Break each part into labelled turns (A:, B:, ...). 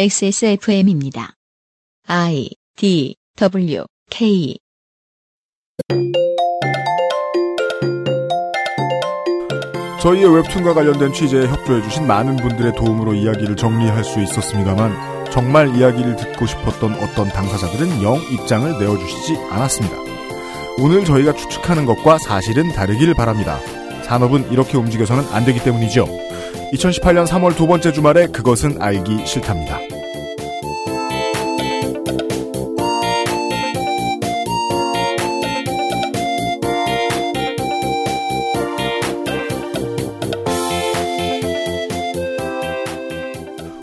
A: XSFM입니다. I D W K
B: 저희의 웹툰과 관련된 취재에 협조해주신 많은 분들의 도움으로 이야기를 정리할 수 있었습니다만 정말 이야기를 듣고 싶었던 어떤 당사자들은 영 입장을 내어주시지 않았습니다. 오늘 저희가 추측하는 것과 사실은 다르길 바랍니다. 산업은 이렇게 움직여서는 안 되기 때문이죠. 2018년 3월 두 번째 주말에 그것은 알기 싫답니다.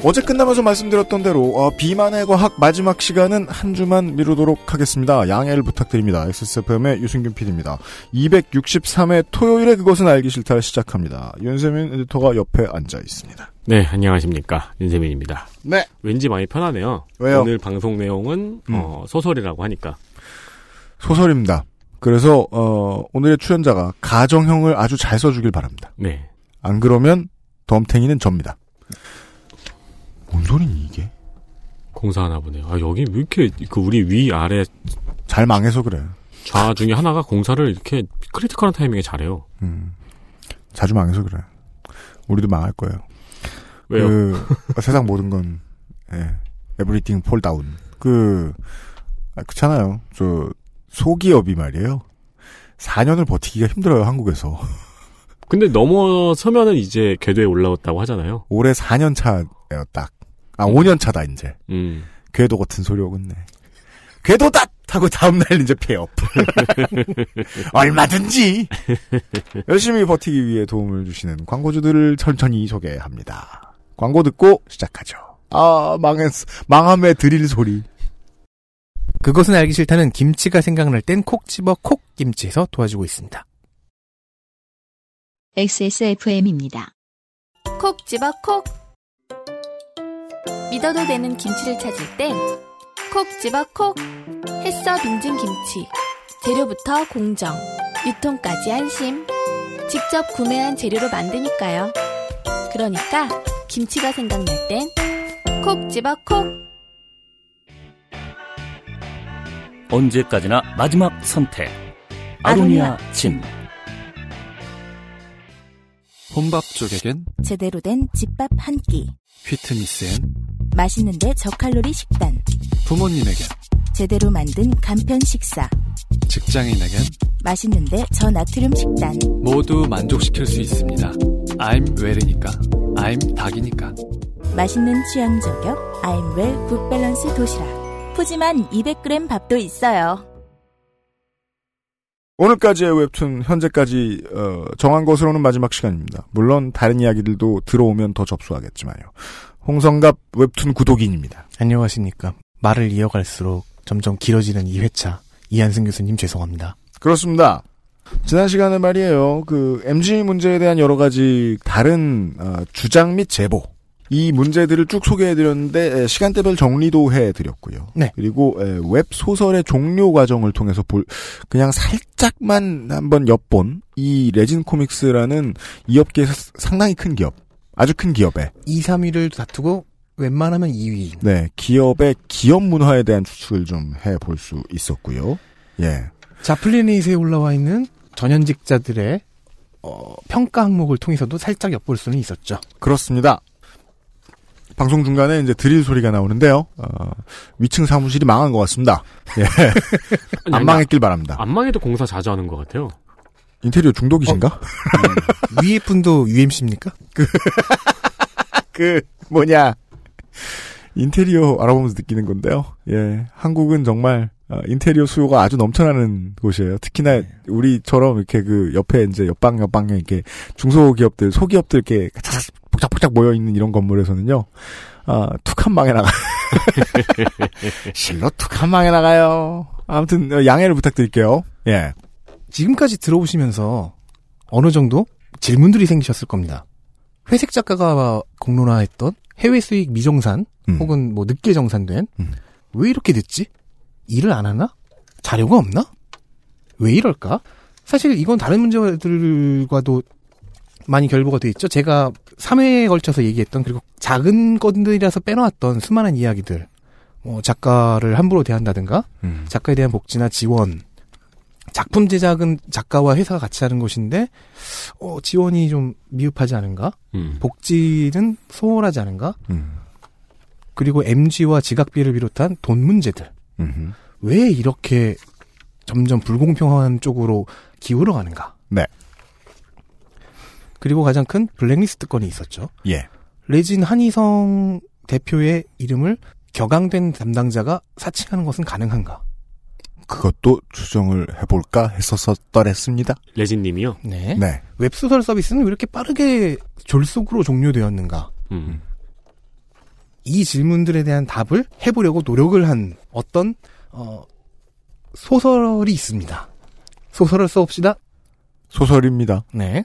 B: 어제 끝나면서 말씀드렸던 대로 어, 비만의 과학 마지막 시간은 한 주만 미루도록 하겠습니다. 양해를 부탁드립니다. XSFM의 유승균 PD입니다. 263회 토요일에 그것은 알기 싫다 시작합니다. 윤세민 에디터가 옆에 앉아 있습니다.
C: 네, 안녕하십니까. 윤세민입니다.
B: 네.
C: 왠지 많이 편하네요.
B: 왜요?
C: 오늘 방송 내용은,
B: 음.
C: 어, 소설이라고 하니까.
B: 소설입니다. 그래서 어, 오늘의 출연자가 가정형을 아주 잘 써주길 바랍니다.
C: 네.
B: 안 그러면 덤탱이는 접니다. 뭔 소리니 이게?
C: 공사하나 보네요. 아, 여기 왜 이렇게, 그, 우리 위, 아래,
B: 잘 망해서 그래.
C: 좌 중에 하나가 공사를 이렇게 크리티컬한 타이밍에 잘해요.
B: 음. 자주 망해서 그래. 우리도 망할 거예요.
C: 왜요?
B: 그, 세상 모든 건, 예. 에브리띵 폴다운. 그, 아, 그렇잖아요. 저, 소기업이 말이에요. 4년을 버티기가 힘들어요, 한국에서.
C: 근데 넘어서면은 이제 궤도에 올라왔다고 하잖아요.
B: 올해 4년 차예요, 딱. 아, 5년 차다, 이제.
C: 음.
B: 궤도 같은 소리 오겠네. 궤도다! 하고 다음날 이제 폐업. 얼마든지! 열심히 버티기 위해 도움을 주시는 광고주들을 천천히 소개합니다. 광고 듣고 시작하죠. 아, 망했어. 망함에 드릴 소리.
D: 그것은 알기 싫다는 김치가 생각날 땐 콕 집어 콕 김치에서 도와주고 있습니다.
A: XSFM입니다.
E: 콕 집어 콕 믿어도 되는 김치를 찾을 땐 콕 집어 콕 햇서 빙진 김치 재료부터 공정 유통까지 안심 직접 구매한 재료로 만드니까요 그러니까 김치가 생각날 땐 콕 집어 콕
F: 언제까지나 마지막 선택. 아로니아 진.
G: 혼밥 쪽에겐
H: 제대로 된 집밥 한 끼.
G: 휘트니스엔
H: 맛있는데 저칼로리 식단.
G: 부모님에겐
H: 제대로 만든 간편 식사.
G: 직장인에겐
H: 맛있는데 저나트륨 식단.
G: 모두 만족시킬 수 있습니다. I'm 웰이니까 I'm 닭이니까
H: 맛있는 취향 저격. 아임웰 굿밸런스 도시락. 푸짐한 200g 밥도 있어요.
B: 오늘까지의 웹툰 현재까지 어, 정한 것으로는 마지막 시간입니다. 물론 다른 이야기들도 들어오면 더 접수하겠지만요. 홍성갑 웹툰 구독인입니다.
D: 안녕하십니까. 말을 이어갈수록 점점 길어지는 이 회차. 이한승 교수님 죄송합니다.
B: 그렇습니다. 지난 시간에 말이에요. 그 MG 문제에 대한 여러 가지 다른 어, 주장 및 제보 이 문제들을 쭉 소개해드렸는데 에, 시간대별 정리도 해드렸고요.
D: 네.
B: 그리고 에, 웹 소설의 종료 과정을 통해서 볼 그냥 살짝만 한번 엿본 이 레진 코믹스라는 이 업계에서 상당히 큰 기업, 아주 큰 기업의
D: 2, 3위를 다투고 웬만하면 2위.
B: 네, 기업의 기업 문화에 대한 추측을 좀 해볼 수 있었고요. 예.
D: 자플리닛에 올라와 있는 전현직자들의 어, 평가 항목을 통해서도 살짝 엿볼 수는 있었죠.
B: 그렇습니다. 방송 중간에 이제 드릴 소리가 나오는데요. 어, 위층 사무실이 망한 것 같습니다.
C: 아니,
B: 안
C: 네, 아니,
B: 망했길 바랍니다.
C: 안 망해도 공사 자주 하는 것 같아요.
B: 인테리어 중독이신가?
D: 위에 분도 UMC입니까?
B: 그 뭐냐 인테리어 알아보면서 느끼는 건데요. 예, 한국은 정말 어, 인테리어 수요가 아주 넘쳐나는 곳이에요. 특히나 우리처럼 이렇게 그 옆에 이제 옆방 옆방에 이렇게 중소기업들 소기업들 이렇게 차차차 복작복작 모여 있는 이런 건물에서는요. 아, 툭한 방에 나가. 실로 툭한 방에 나가요. 아무튼 어, 양해를 부탁드릴게요. 예.
D: 지금까지 들어오시면서 어느 정도 질문들이 생기셨을 겁니다. 회색 작가가 공론화했던 해외 수익 미정산
B: 음.
D: 혹은 뭐 늦게 정산된
B: 음.
D: 왜 이렇게 늦지? 일을 안 하나? 자료가 없나? 왜 이럴까? 사실 이건 다른 문제들과도 많이 결부가 돼 있죠. 제가 3회에 걸쳐서 얘기했던 그리고 작은 건들이라서 빼놓았던 수많은 이야기들. 뭐 작가를 함부로 대한다든가
B: 음.
D: 작가에 대한 복지나 지원. 작품 제작은 작가와 회사가 같이 하는 것인데 어, 지원이 좀 미흡하지 않은가?
C: 음.
D: 복지는 소홀하지 않은가?
B: 음.
D: 그리고 MG와 지각비를 비롯한 돈 문제들.
B: 음흠.
D: 왜 이렇게 점점 불공평한 쪽으로 기울어 가는가?
B: 네.
D: 그리고 가장 큰 블랙리스트 건이 있었죠.
B: 예.
D: 레진 한희성 대표의 이름을 격앙된 담당자가 사칭하는 것은 가능한가?
B: 그것도 추정을 해볼까 했었었더랬습니다.
C: 레진님이요.
D: 네.
B: 네.
D: 웹소설 서비스는 왜 이렇게 빠르게 졸속으로 종료되었는가?
C: 음.
D: 이 질문들에 대한 답을 해보려고 노력을 한 어떤 어, 소설이 있습니다. 소설을 써봅시다.
B: 소설입니다.
D: 네.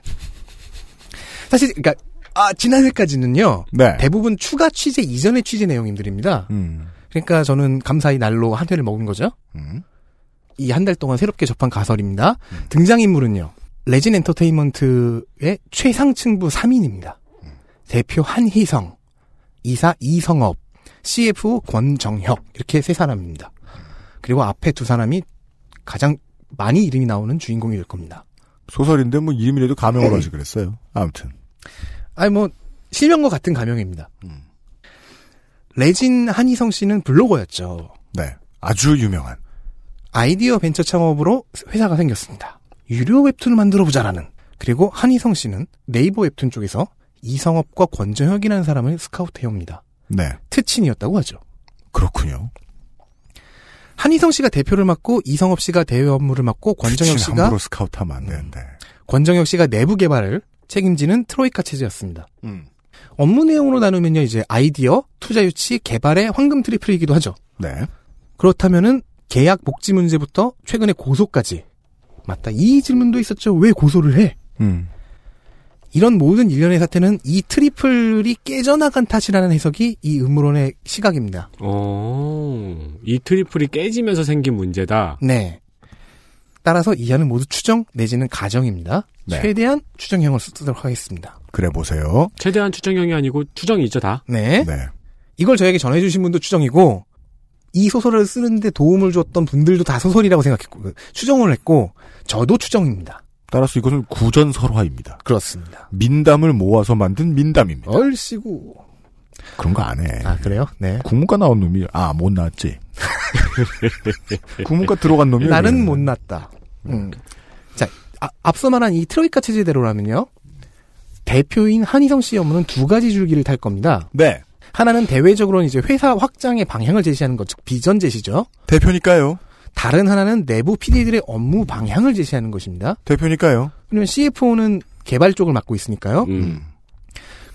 D: 사실 그러니까 아 지난해까지는요
B: 네.
D: 대부분 추가 취재 이전의 취재 내용들입니다.
B: 음.
D: 그러니까 저는 감사히 날로 한 회를 먹은 거죠.
B: 음.
D: 이 한 달 동안 새롭게 접한 가설입니다. 등장인물은요 레진 엔터테인먼트의 최상층부 3인입니다. 대표 한희성, 이사 이성업, CFO 권정혁 이렇게 세 사람입니다. 그리고 앞에 두 사람이 가장 많이 이름이 나오는 주인공이 될 겁니다.
B: 소설인데 뭐 이름이라도
D: 네.
B: 가명을 하지 그랬어요. 아무튼.
D: 아니 뭐 실명과 같은 가명입니다.
B: 음.
D: 레진 한희성 씨는 블로거였죠.
B: 네. 아주 유명한.
D: 아이디어 벤처 창업으로 회사가 생겼습니다. 유료 웹툰을 만들어 보자라는. 그리고 한희성 씨는 네이버 웹툰 쪽에서 이성업과 권정혁이라는 사람을 스카우트해 옵니다.
B: 네.
D: 특친이었다고 하죠.
B: 그렇군요.
D: 한희성 씨가 대표를 맡고 이성업 씨가 대외 업무를 맡고
B: 수치는
D: 권정혁 씨가
B: 함부로 스카우트하면 안 되는데.
D: 권정혁 씨가 내부 개발을 책임지는 트로이카 체제였습니다.
B: 음.
D: 업무 내용으로 나누면요 이제 아이디어, 투자 유치, 개발의 황금 트리플이기도 하죠.
B: 네.
D: 그렇다면은 계약 복지 문제부터 최근의 고소까지 맞다 이 질문도 있었죠 왜 고소를 해
B: 음.
D: 이런 모든 일련의 사태는 이 트리플이 깨져나간 탓이라는 해석이 이 음모론의 시각입니다
C: 어, 이 트리플이 깨지면서 생긴 문제다.
D: 네 따라서 이하는 모두 추정 내지는 가정입니다
B: 네.
D: 최대한 추정형을 쓰도록 하겠습니다
B: 그래 보세요.
C: 최대한 추정형이 아니고 추정이 있죠 다.
D: 네
B: 네.
D: 이걸 저에게 전해주신 분도 추정이고 이 소설을 쓰는데 도움을 줬던 분들도 다 소설이라고 생각했고 추정을 했고 저도 추정입니다
B: 따라서 이것은 구전설화입니다.
D: 그렇습니다
B: 민담을 모아서 만든 민담입니다.
D: 얼씨구
B: 그런 거 안 해.
D: 아 그래요 네
B: 국문과 나온 놈이 아 못 나왔지. 국문과 들어간 놈이
D: 나는 못 났다. 음. 자, 아, 앞서 말한 이 트로이카 체제대로라면요. 대표인 한희성 씨의 업무는 두 가지 줄기를 탈 겁니다.
B: 네
D: 하나는 대외적으로는 이제 회사 확장의 방향을 제시하는 것, 즉 비전 제시죠.
B: 대표니까요.
D: 다른 하나는 내부 PD들의 업무 방향을 제시하는 것입니다.
B: 대표니까요.
D: 왜냐면 CFO는 개발 쪽을 맡고 있으니까요.
C: 음.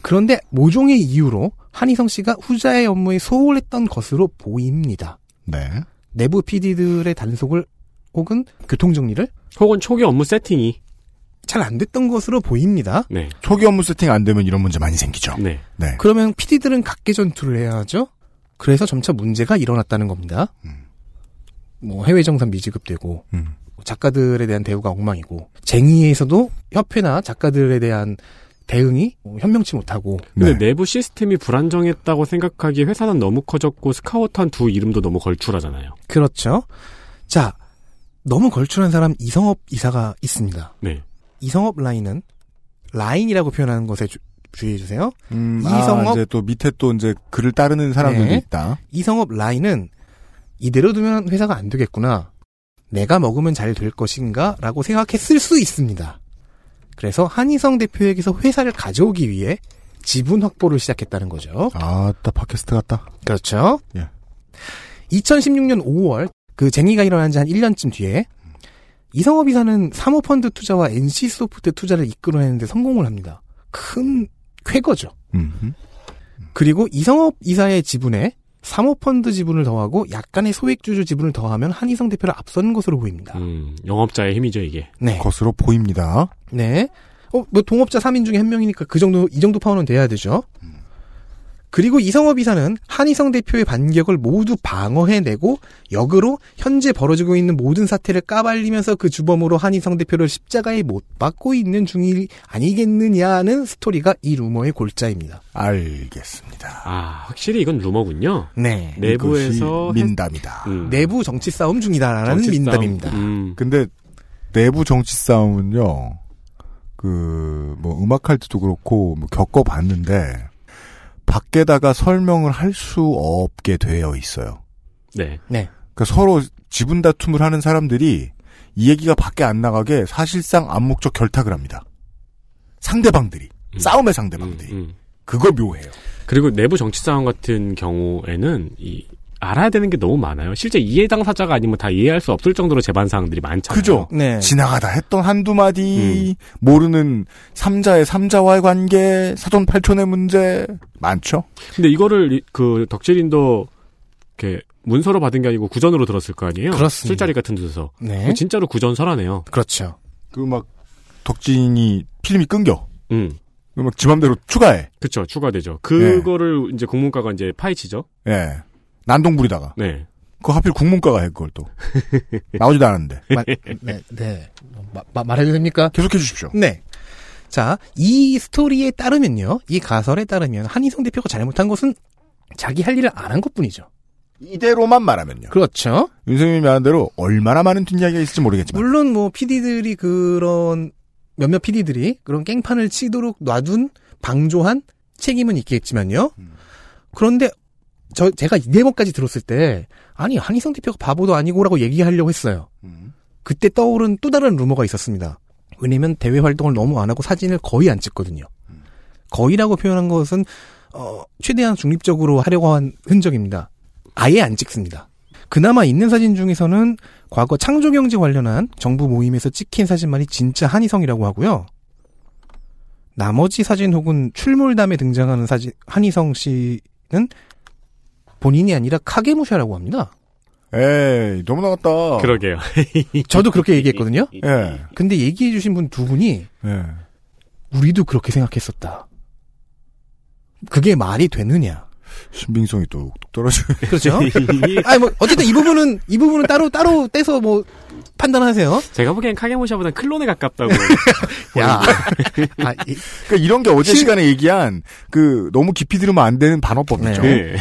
D: 그런데 모종의 이유로 한희성 씨가 후자의 업무에 소홀했던 것으로 보입니다.
B: 네.
D: 내부 PD들의 단속을 혹은 교통정리를
C: 혹은 초기 업무 세팅이.
D: 잘 안 됐던 것으로 보입니다.
C: 네.
B: 초기 업무 세팅 안 되면 이런 문제 많이 생기죠.
C: 네.
B: 네.
D: 그러면 PD들은 각계 전투를 해야 하죠. 그래서 점차 문제가 일어났다는 겁니다.
B: 음.
D: 뭐 해외 정산 미지급되고 뭐
B: 음.
D: 작가들에 대한 대우가 엉망이고 쟁의에서도 협회나 작가들에 대한 대응이 뭐 현명치 못하고
C: 근데
B: 네.
C: 내부 시스템이 불안정했다고 생각하기에 회사는 너무 커졌고 스카우트한 두 이름도 너무 걸출하잖아요.
D: 그렇죠. 자 너무 걸출한 사람 이성업 이사가 있습니다.
C: 네.
D: 이성업 라인은 라인이라고 표현하는 것에 주, 의해 주세요.
B: 음,
D: 이성업-
B: 아, 이제 또 밑에 또 이제 그를 따르는 사람들도
D: 네.
B: 있다.
D: 이성업 라인은 이대로 두면 회사가 안 되겠구나. 내가 먹으면 잘 될 것인가? 라고 생각했을 수 있습니다. 그래서 한희성 대표에게서 회사를 가져오기 위해 지분 확보를 시작했다는 거죠.
B: 아, 딱 팟캐스트 같다.
D: 그렇죠.
B: 예.
D: 2016년 5월, 그 쟁의가 일어난 지 한 1년쯤 뒤에, 이성업 이사는 사모펀드 투자와 NC소프트 투자를 이끌어내는데 성공을 합니다. 큰 쾌거죠.
B: 음.
D: 그리고 이성업 이사의 지분에 사모펀드 지분을 더하고 약간의 소액주주 지분을 더하면 한희성 대표를 앞선 것으로 보입니다.
C: 음, 영업자의 힘이죠 이게.
D: 네.
B: 것으로 보입니다.
C: 음.
D: 네. 어, 뭐 동업자 3인 중에 한 명이니까 그 정도 이 정도 파워는 돼야 되죠. 그리고 이성업 이사는 한희성 대표의 반격을 모두 방어해내고 역으로 현재 벌어지고 있는 모든 사태를 까발리면서 그 주범으로 한희성 대표를 십자가에 못 박고 있는 중이 아니겠느냐는 스토리가 이 루머의 골자입니다.
B: 알겠습니다.
C: 아, 확실히 이건 루머군요.
D: 네.
C: 내부에서
B: 이것이 민담이다. 그,
C: 음.
D: 내부 정치 싸움 중이다라는
C: 정치 싸움.
D: 민담입니다.
C: 음.
B: 근데 내부 정치 싸움은요. 그 뭐 음악 할 때도 그렇고 뭐 겪어봤는데 밖에다가 설명을 할 수 없게 되어 있어요.
C: 네.
B: 그러니까 서로 지분 다툼을 하는 사람들이 이 얘기가 밖에 안 나가게 사실상 암묵적 결탁을 합니다. 상대방들이
C: 음.
B: 싸움의
C: 음,
B: 상대방들이
C: 음.
B: 그걸 묘해요.
C: 그리고 내부 정치 싸움 같은 경우에는 이 알아야 되는 게 너무 많아요. 실제 이해 당사자가 아니면 다 이해할 수 없을 정도로 재반 사항들이 많잖아요.
B: 그죠?
D: 네.
B: 지나가다 했던 한두 마디
C: 음.
B: 모르는 삼자의 삼자와의 관계 사돈 팔촌의 문제 많죠.
C: 근데 이거를 이- 그 덕질인도 이렇게 문서로 받은 게 아니고 구전으로 들었을 거 아니에요.
D: 그렇습니다.
C: 술자리 같은 데서
D: 네.
C: 진짜로 구전설하네요.
D: 그렇죠.
B: 그 막 덕진이 필름이 끊겨.
C: 음.
B: 막지 맘대로 추가해.
C: 그쵸,
D: 네.
C: 추가되죠. 그거를 이제 국문과가 이제 파헤치죠.
B: 예. 난동부리다가.
C: 네.
B: 그거 하필 국문과가 해, 그걸 또. 나오지도 않았는데.
D: 마- 네. 네. 마- 마- 말해도 됩니까?
B: 계속해 주십시오.
D: 네. 자, 이 스토리에 따르면요. 이 가설에 따르면 한희성 대표가 잘못한 것은 자기 할 일을 안 한 것뿐이죠.
B: 이대로만 말하면요.
D: 그렇죠.
B: 윤석님이 말한 대로 얼마나 많은 뒷이야기가 있을지 모르겠지만.
D: 물론 뭐 PD들이 그런 몇몇 PD들이 그런 깽판을 치도록 놔둔 방조한 책임은 있겠지만요. 그런데 저 제가 이 내용까지 들었을 때 아니 한희성 대표가 바보도 아니고라고 얘기하려고 했어요.
B: 음.
D: 그때 떠오른 또 다른 루머가 있었습니다. 왜냐면 대외 활동을 너무 안 하고 사진을 거의 안 찍거든요. 거의라고 표현한 것은 어, 최대한 중립적으로 하려고 한 흔적입니다. 아예 안 찍습니다. 그나마 있는 사진 중에서는 과거 창조경제 관련한 정부 모임에서 찍힌 사진만이 진짜 한희성이라고 하고요. 나머지 사진 혹은 출몰담에 등장하는 사진 한희성 씨는 본인이 아니라 카게무샤라고 합니다.
B: 에이, 너무
D: 어.
B: 나갔다.
C: 그러게요.
D: 저도 그렇게 얘기했거든요.
B: 예.
D: 근데 얘기해주신 분 두 분이
B: 예.
D: 우리도 그렇게 생각했었다. 그게 말이 되느냐?
B: 신빙성이 또 떨어져.
D: 그렇죠?
C: 예.
D: 아니 뭐 어쨌든 이 부분은 이 부분은 따로 따로 떼서 뭐 판단하세요.
C: 제가 보기엔 카게모샤보단 클론에 가깝다고.
D: 야, 아, 이-
B: 그러니까 이런 게 어제
D: 신-
B: 시간에 얘기한 그 너무 깊이 들으면 안 되는 반어법이죠.
C: 네.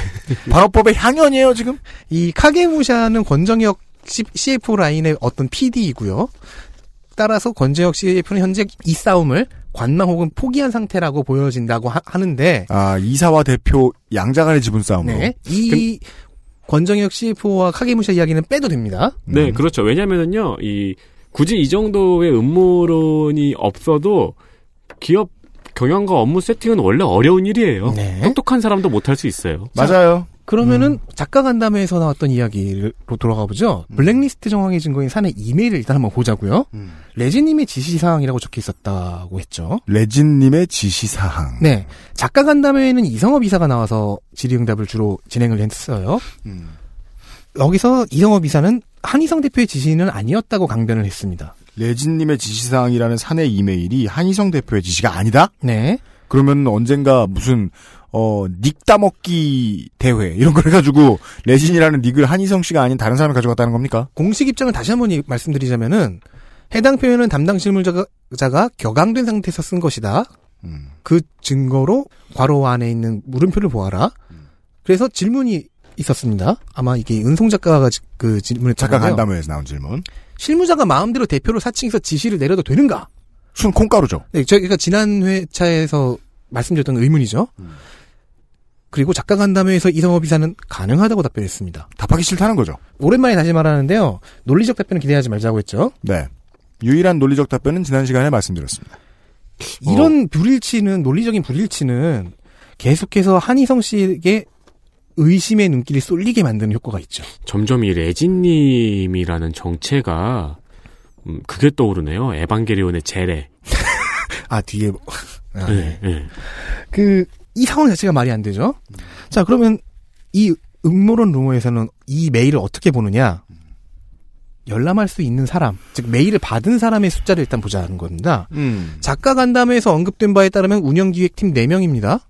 B: 반어법의 향연이에요, 지금?
D: 이 카게무샤는 권정혁 C- CF 라인의 어떤 PD이고요. 따라서 권정혁 CF는 현재 이 싸움을 관망 혹은 포기한 상태라고 보여진다고 하, 하는데
B: 아, 이사와 대표 양자 간의 지분 싸움으로.
D: 네, 이 권정혁 CF와 카게무샤 이야기는 빼도 됩니다.
C: 네, 그렇죠. 왜냐면은요, 이, 굳이 이 정도의 음모론이 없어도 기업 경영과 업무 세팅은 원래 어려운 일이에요.
D: 네.
C: 똑똑한 사람도 못할 수 있어요.
B: 맞아요.
D: 그러면은 작가 간담회에서 나왔던 이야기로 돌아가 보죠. 블랙리스트 정황의 증거인 산의 이메일을 일단 한번 보자고요. 레지님의 지시사항이라고 적혀 있었다고 했죠.
B: 레진님의 지시사항.
D: 네. 작가 간담회에는 이성업 이사가 나와서 질의응답을 주로 진행을 했어요.
B: 음.
D: 여기서 이성업 이사는 한희성 대표의 지시는 아니었다고 강변을 했습니다.
B: 레진님의 지시사항이라는 사내 이메일이 한희성 대표의 지시가 아니다?
D: 네.
B: 그러면 언젠가 무슨 어, 닉 따먹기 대회 이런 걸 해가지고 레진이라는 닉을 한희성 씨가 아닌 다른 사람이 가져갔다는 겁니까?
D: 공식 입장을 다시 한번 이- 말씀드리자면은 해당 표현은 담당 실무자가 자가 격앙된 상태에서 쓴 것이다.
B: 음.
D: 그 증거로 괄호 안에 있는 물음표를 보아라. 그래서 질문이 있었습니다. 아마 이게 은송 작가가 지- 그 질문을
B: 작가
D: 했는데요.
B: 간담회에서 나온 질문.
D: 실무자가 마음대로 대표로 사칭해서 지시를 내려도 되는가?
B: 순 콩가루죠.
D: 네, 저희가 지난 회차에서 말씀드렸던 의문이죠.
B: 음.
D: 그리고 작가 간담회에서 이성업 이사는 가능하다고 답변했습니다.
B: 답하기 싫다는 거죠.
D: 오랜만에 다시 말하는데요. 논리적 답변은 기대하지 말자고 했죠.
B: 네. 유일한 논리적 답변은 지난 시간에 말씀드렸습니다.
D: 이런
B: 어.
D: 불일치는 논리적인 불일치는 계속해서 한희성 씨에게 의심의 눈길이 쏠리게 만드는 효과가 있죠.
C: 점점 이 레진님이라는 정체가, 음, 그게 떠오르네요. 에반게리온의 재래.
D: 아 뒤에 아,
C: 네, 네.
D: 그 이 상황 자체가 말이 안 되죠. 자 그러면 이 음모론 루머에서는 이 메일을 어떻게 보느냐? 열람할 수 있는 사람, 즉 메일을 받은 사람의 숫자를 일단 보자는 음, 음, 겁니다. 작가 간담회에서 언급된 바에 따르면 운영기획팀 4명입니다.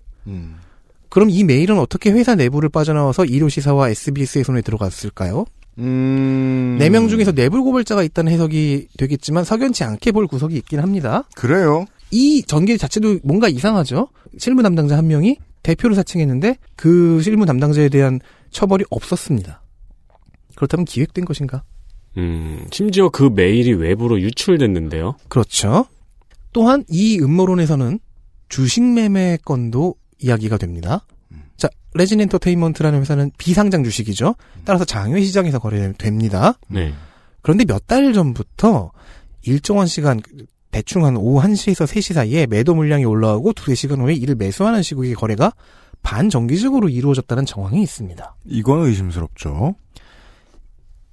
D: 그럼 이 메일은 어떻게 회사 내부를 빠져나와서 이료 시사와 SBS의 손에 들어갔을까요?
B: 음.
D: 네 명 중에서 내부 고발자가 있다는 해석이 되겠지만 석연치 않게 볼 구석이 있긴 합니다.
B: 그래요.
D: 이 전개 자체도 뭔가 이상하죠. 실무 담당자 한 명이 대표를 사칭했는데 그 실무 담당자에 대한 처벌이 없었습니다. 그렇다면 기획된 것인가?
C: 음, 심지어 그 메일이 외부로 유출됐는데요.
D: 그렇죠. 또한 이 음모론에서는 주식 매매 건도 이야기가 됩니다. 자, 레진 엔터테인먼트라는 회사는 비상장 주식이죠. 따라서 장외 시장에서 거래됩니다.
C: 네.
D: 그런데 몇 달 전부터 일정한 시간 대충 한 오후 1시에서 3시 사이에 매도 물량이 올라오고 2, 3시간 후에 이를 매수하는 식의 거래가 반정기적으로 이루어졌다는 정황이 있습니다.
B: 이건 의심스럽죠.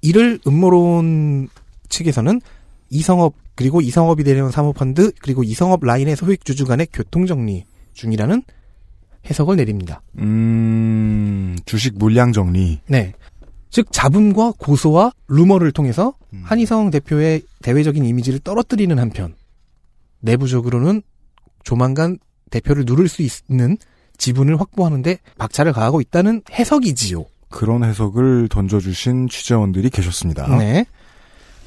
D: 이를 음모론 측에서는 이성업 그리고 이성업이 대리한 사모펀드 그리고 이성업 라인의 소액주주 간의 교통정리 중이라는 해석을 내립니다.
B: 음, 주식 물량 정리.
D: 네. 즉 자금과 고소와 루머를 통해서
B: 음.
D: 한희성 대표의 대외적인 이미지를 떨어뜨리는 한편 내부적으로는 조만간 대표를 누를 수 있는 지분을 확보하는데 박차를 가하고 있다는 해석이지요.
B: 그런 해석을 던져주신 취재원들이 계셨습니다.
D: 네.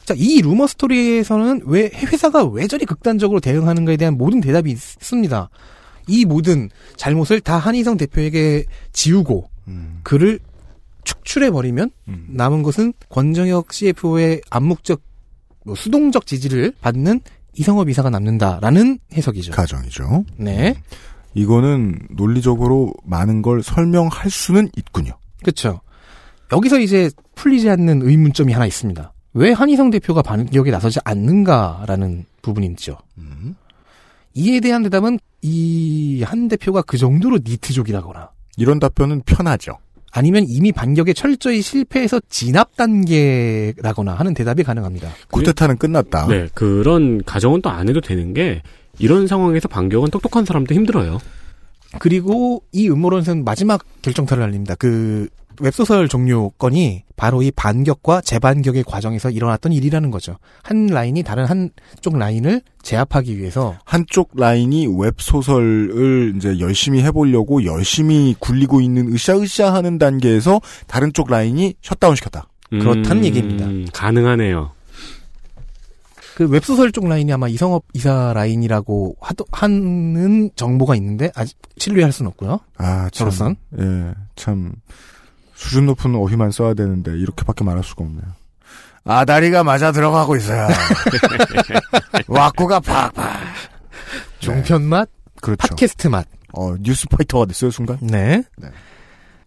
D: 자, 이 루머 스토리에서는 왜 회사가 왜 저리 극단적으로 대응하는가에 대한 모든 대답이 있습니다. 이 모든 잘못을 다 한희성 대표에게 지우고
B: 음,
D: 그를 축출해 버리면
B: 음.
D: 남은 것은 권정혁 CFO의 암묵적 뭐 수동적 지지를 받는 이성업 이사가 남는다라는 해석이죠.
B: 가정이죠.
D: 네,
B: 이거는 논리적으로 많은 걸 설명할 수는 있군요.
D: 그렇죠. 여기서 이제 풀리지 않는 의문점이 하나 있습니다. 왜 한희성 대표가 반격에 나서지 않는가라는 부분이죠.
B: 음.
D: 이에 대한 대답은 이 한 대표가 그 정도로 니트족이라거나
B: 이런 답변은 편하죠.
D: 아니면 이미 반격에 철저히 실패해서 진압 단계라거나 하는 대답이 가능합니다.
B: 쿠데타는 끝났다.
D: 아.
C: 네, 그런 가정은 또 안 해도 되는 게 이런 상황에서 반격은 똑똑한 사람도 힘들어요.
D: 그리고 이 음모론에서는 마지막 결정타를 날립니다. 그 웹소설 종료 건이 바로 이 반격과 재반격의 과정에서 일어났던 일이라는 거죠. 한 라인이 다른 한쪽 라인을 제압하기 위해서
B: 한쪽 라인이 웹소설을 이제 열심히 해보려고 열심히 굴리고 있는 으쌰으쌰 하는 단계에서 다른 쪽 라인이 셧다운 시켰다.
C: 음,
D: 그렇다는 얘기입니다.
C: 가능하네요.
D: 그 웹소설 쪽 라인이 아마 이성업 이사 라인이라고 하도 하는 정보가 있는데 아직 신뢰할 수는 없고요.
B: 아, 참.
D: 저로선?
B: 예, 참. 수준 높은 어휘만 써야 되는데, 이렇게밖에 말할 수가 없네요. 아, 다리가 맞아 들어가고 있어요. 와꾸가 팍팍.
D: 종편 맛,
B: 그렇죠.
D: 네. 팟캐스트 맛.
B: 어, 뉴스파이터가 됐어요, 순간.
D: 네.
B: 네.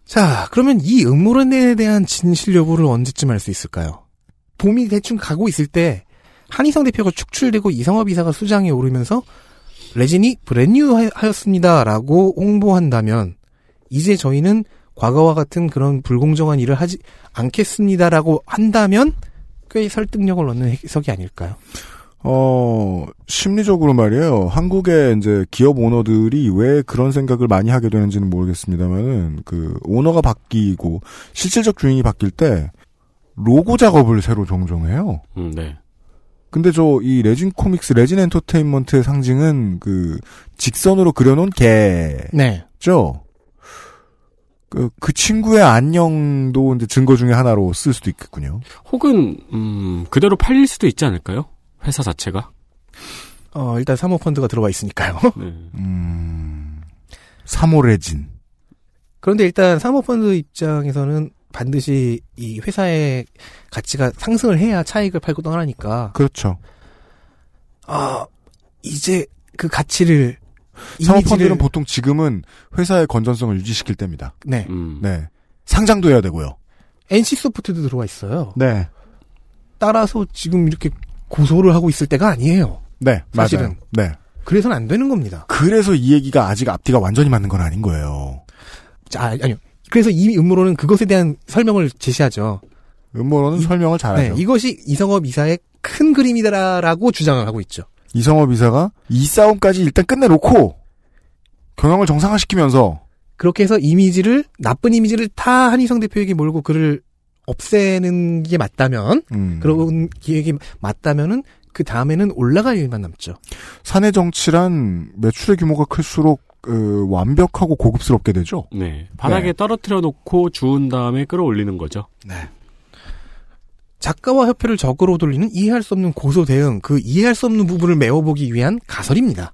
D: 자, 그러면 이 음모론에 대한 진실 여부를 언제쯤 알 수 있을까요? 봄이 대충 가고 있을 때 한희성 대표가 축출되고 이성업 이사가 수장에 오르면서 레진이 브랜뉴 하였습니다라고 홍보한다면 이제 저희는 과거와 같은 그런 불공정한 일을 하지 않겠습니다라고 한다면 꽤 설득력을 얻는 해석이 아닐까요?
B: 어, 심리적으로 말이에요. 한국의 이제 기업 오너들이 왜 그런 생각을 많이 하게 되는지는 모르겠습니다만은, 그, 오너가 바뀌고, 실질적 주인이 바뀔 때, 로고 작업을 새로 종종 해요.
C: 음, 네.
B: 근데 저 이 레진 코믹스 레진 엔터테인먼트의 상징은 그 직선으로 그려놓은 개죠.
D: 네.
B: 그, 그 친구의 안녕도 이제 증거 중에 하나로 쓸 수도 있겠군요.
C: 혹은 음, 그대로 팔릴 수도 있지 않을까요? 회사 자체가.
D: 어, 일단 사모펀드가 들어와 있으니까요.
C: 네.
B: 음, 사모레진.
D: 그런데 일단 사모펀드 입장에서는 반드시 이 회사의 가치가 상승을 해야 차익을 팔고 떠나니까
B: 그렇죠.
D: 아 이제 그 가치를
B: 사모펀드는
D: 이미지를-
B: 보통 지금은 회사의 건전성을 유지시킬 때입니다.
D: 네
C: 음.
B: 네. 상장도 해야 되고요.
D: NC 소프트도 들어와 있어요.
B: 네.
D: 따라서 지금 이렇게 고소를 하고 있을 때가 아니에요.
B: 네. 맞아요.
D: 사실은.
B: 네.
D: 그래서는 안 되는 겁니다.
B: 그래서 이 얘기가 아직 앞뒤가 완전히 맞는 건 아닌 거예요.
D: 자, 아니- 아니요. 그래서 이 음모론은 그것에 대한 설명을 제시하죠.
B: 음모론은
D: 이-
B: 설명을 잘하죠.
D: 네, 이것이 이성업 이사의 큰 그림이다라고 주장을 하고 있죠.
B: 이성업 이사가 이 싸움까지 일단 끝내놓고 경영을 정상화시키면서
D: 그렇게 해서 이미지를 나쁜 이미지를 다 한희성 대표에게 몰고 그를 없애는 게 맞다면
B: 음,
D: 그런 기획이 맞다면은 그 다음에는 올라갈 일만 남죠.
B: 사내 정치란 매출의 규모가 클수록 그, 완벽하고 고급스럽게 되죠.
C: 네. 바닥에
B: 네.
C: 떨어뜨려 놓고 주운 다음에 끌어올리는 거죠.
D: 작가와 협회를 적으로 돌리는 이해할 수 없는 고소 대응, 그 이해할 수 없는 부분을 메워보기 위한 가설입니다.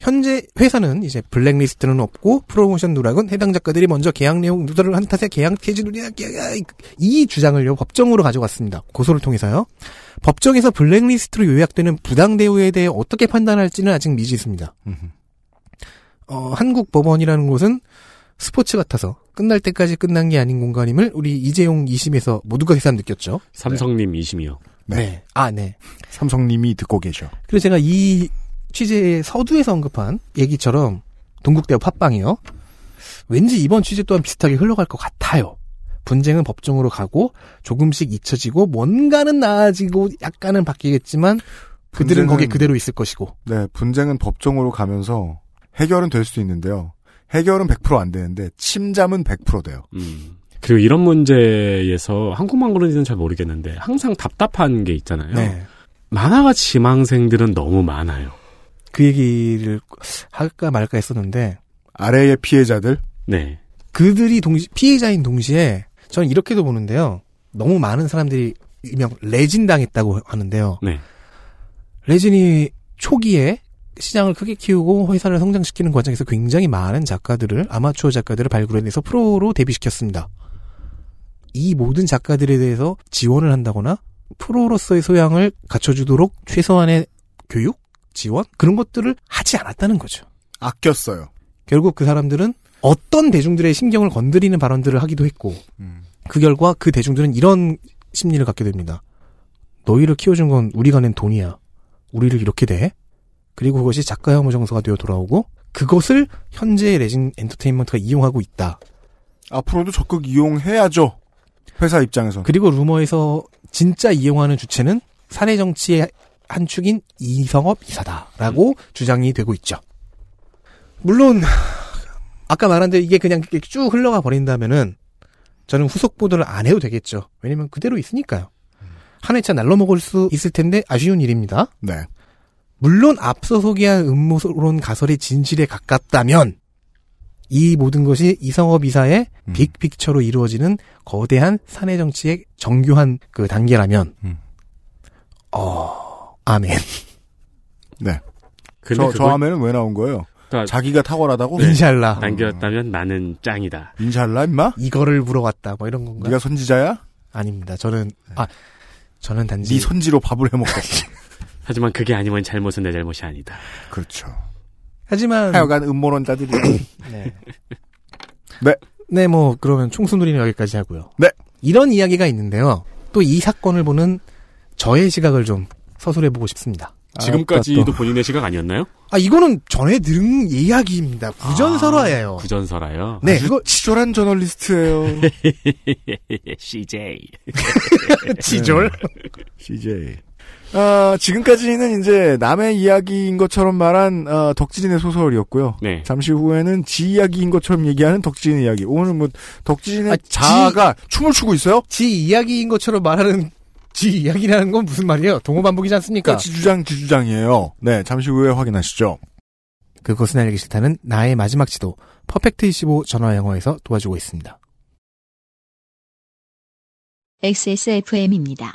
D: 현재 회사는 이제 블랙리스트는 없고 프로모션 누락은 해당 작가들이 먼저 계약 내용 누설을 한 탓에 계약 폐지 누락 이 주장을요 법정으로 가져갔습니다. 고소를 통해서요. 법정에서 블랙리스트로 요약되는 부당 대우에 대해 어떻게 판단할지는 아직 미지수입니다. 어, 한국 법원이라는 곳은 스포츠 같아서 끝날 때까지 끝난 게 아닌 공간임을 우리 이재용 2심에서 모두가 새삼 느꼈죠.
C: 삼성님 이심이요.
B: 네.
D: 아, 네.
B: 삼성님이 듣고 계셔.
D: 그리고 제가 이 취재의 서두에서 언급한 얘기처럼 동국대협 합방이요. 왠지 이번 취재 또한 비슷하게 흘러갈 것 같아요. 분쟁은 법정으로 가고 조금씩 잊혀지고 뭔가는 나아지고 약간은 바뀌겠지만 그들은
B: 분쟁은-
D: 거기에 그대로 있을 것이고
B: 네, 분쟁은 법정으로 가면서 해결은 될 수 있는데요. 해결은 100%안 되는데 침잠은 100% 돼요.
C: 음. 그리고 이런 문제에서 한국만 그런지는 잘 모르겠는데 항상 답답한 게
B: 네.
C: 있잖아요.
D: 네.
C: 만화가 지망생들은 너무 많아요.
D: 그 얘기를 할까 말까 했었는데
B: 아래의 피해자들
C: 네.
D: 그들이 동시, 피해자인 동시에 저는 이렇게도 보는데요. 너무 많은 사람들이 일명 레진 당했다고 하는데요.
C: 네.
D: 레진이 초기에 시장을 크게 키우고 회사를 성장시키는 과정에서 굉장히 많은 작가들을 아마추어 작가들을 발굴해내서 프로로 데뷔시켰습니다. 이 모든 작가들에 대해서 지원을 한다거나 프로로서의 소양을 갖춰주도록 최소한의 교육, 지원 그런 것들을 하지 않았다는 거죠.
B: 아꼈어요.
D: 결국 그 사람들은 어떤 대중들의 신경을 건드리는 발언들을 하기도 했고 그 결과 그 대중들은 이런 심리를 갖게 됩니다. 너희를 키워준 건 우리가 낸 돈이야. 우리를 이렇게 대해? 그리고 그것이 작가 혐오 정서가 되어 돌아오고 그것을 현재의 레진 엔터테인먼트가 이용하고 있다.
B: 앞으로도 적극 이용해야죠. 회사 입장에서.
D: 그리고 루머에서 진짜 이용하는 주체는 사내 정치의 한 축인 이성업 이사다라고 주장이 되고 있죠. 물론 아까 말한 대로 이게 그냥 이렇게 쭉 흘러가 버린다면은 저는 후속 보도를 안 해도 되겠죠. 왜냐면 그대로 있으니까요. 한 회차 날로 먹을 수 있을 텐데 아쉬운 일입니다.
B: 네.
D: 물론 앞서 소개한 음모론 가설이 진실에 가깝다면 이 모든 것이 이성업 이사의
B: 음.
D: 빅픽처로 이루어지는 거대한 사내 정치의 정교한 그 단계라면
B: 음.
D: 어 아멘
B: 네.
C: 근데
B: 저,
C: 그걸 아, 네.
B: 저 화면은 왜 나온 거예요?
C: 다
B: 자기가 탁월하다고?
D: 인샬라
B: 아,
C: 남겼다면 나는 짱이다.
B: 인샬라 임마?
D: 이거를 물어왔다 뭐 이런 건가
B: 네가
D: 요
B: 선지자야?
D: 아닙니다 저는 아 저는 단지
B: 네 선지로 밥을 해먹겠어.
C: 하지만 그게 아니면 잘못은 내 잘못이 아니다.
B: 그렇죠.
D: 하지만
B: 하여간 음모론자들이
D: 네.
B: 네.
D: 네, 뭐 그러면 총수놀이는 여기까지 하고요.
B: 네.
D: 이런 이야기가 있는데요. 또 이 사건을 보는 저의 시각을 좀 서술해 보고 싶습니다.
C: 지금까지도
B: 아, 또.
C: 본인의 시각 아니었나요?
D: 아, 이거는 전에 들은 이야기입니다. 구전설화예요.
B: 어.
C: 구전설아요.
D: 네,
B: 아주
D: 그거
B: 치졸한 저널리스트예요. 네.
C: 네, CJ.
D: 지졸.
B: CJ. 아, 지금까지는 이제 남의 이야기인 것처럼 말한 아, 덕지진의 소설이었고요.
C: 네.
B: 잠시 후에는 지 이야기인 것처럼 얘기하는 덕지진의 이야기. 오늘 뭐 덕지진의
D: 아, 지-
B: 자아가 춤을 추고 있어요?
D: 지 이야기인 것처럼 말하는 지 이야기라는 건 무슨 말이에요? 동호 반복이지 않습니까?
B: 그러니까 지주장 지주장이에요. 네, 잠시 후에 확인하시죠.
D: 그것은 알기 싫다는 나의 마지막 지도 퍼펙트 25 전화 영어에서 도와주고 있습니다.
A: XSFM입니다.